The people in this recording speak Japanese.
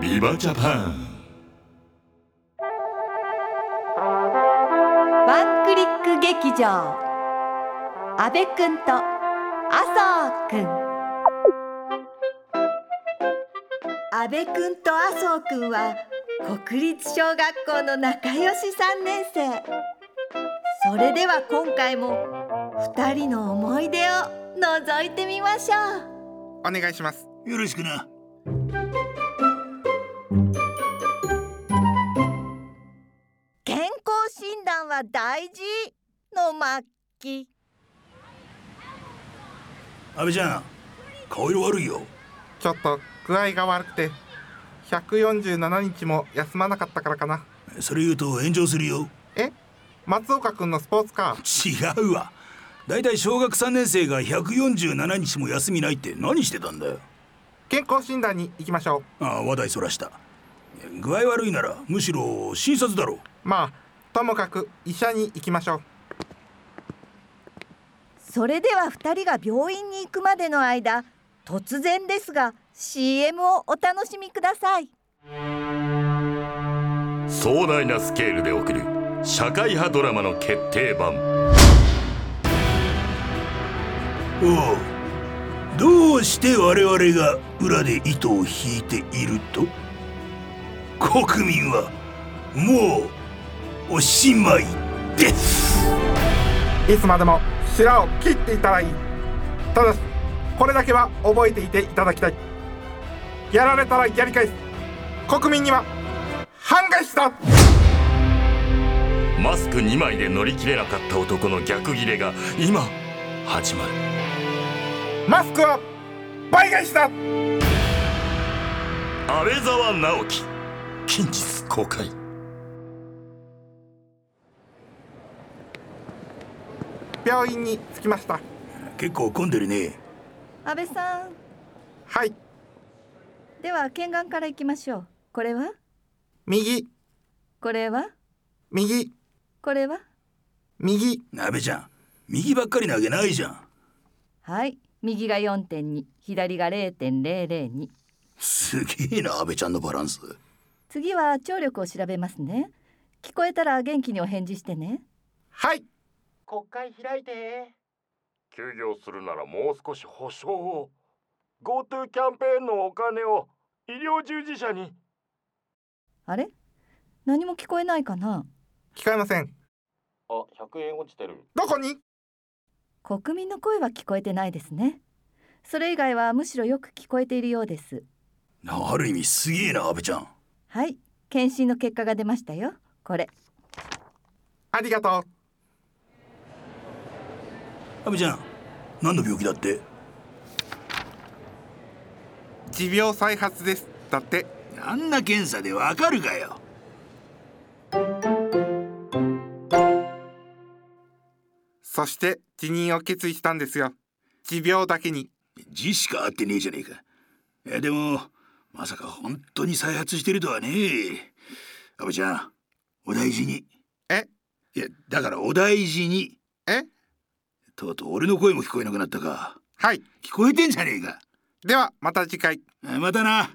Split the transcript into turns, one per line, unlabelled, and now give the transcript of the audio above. ビバジャパン
ワンクリック劇場阿部くんと麻生くん阿部くんと麻生くんは国立小学校の仲良し3年生それでは今回も2人の思い出を覗いてみましょう
お願いします
よろしくな。
健康診断は大事の末期
阿部ちゃん、顔色悪いよ。
ちょっと具合が悪くて147日も休まなかったからかな
それ言うと炎上するよ。
え松岡君のスポーツカー
違うわ。だいたい小学3年生が147日も休みないって何してたんだよ。
健康診断に行きましょ
ああ、話題そらした。具合悪いならむしろ診察だろう。
うまあともかく医者に行きましょう
それでは2人が病院に行くまでの間突然ですが CM をお楽しみください
壮大なスケールで送る社会派ドラマの決定版
おう。どうして我々が裏で糸を引いていると国民はもうおしまいです。
いつまでも白を切っていたらいいただしこれだけは覚えていていただきたいやられたらやり返す国民には反返しだ
マスク2枚で乗り切れなかった男の逆ギレが今始まる
マスクは倍返しだ
安倍沢直樹近日公開
病院に着きました
結構混んでるね。
安倍さん
はい
では見眼から行きましょうこれは
右
これは
右
これは
右
なべちゃん、右ばっかりなわけないじゃん。
はい右が4.2左が0.002
すげえな、安倍ちゃんのバランス。
次は聴力を調べますね聞こえたら元気にお返事してね
はい
国会開いて
休業するならもう少し保証を GoTo キャンペーンのお金を医療従事者に
あれ何も聞こえないかな
聞こえません
あ100円落ちてる
どこに
国民の声は聞こえてないですねそれ以外はむしろよく聞こえているようです
なある意味すげえな、安倍ちゃん。
はい検診の結果が出ましたよこれ
ありがとう
安倍ちゃん、何の病気だって
持病再発ですだって
あんな検査でわかるかよ。
そして辞任を決意したんですよ持病だけに
字しか合ってねえじゃねえか。えでも、まさか本当に再発してるとはね安倍ちゃん、お大事に。
え
いや、だからお大事に。
え
とうとう俺の声も聞こえなくなったか。
はい
聞こえてんじゃねえか。
ではまた次回
あまたな。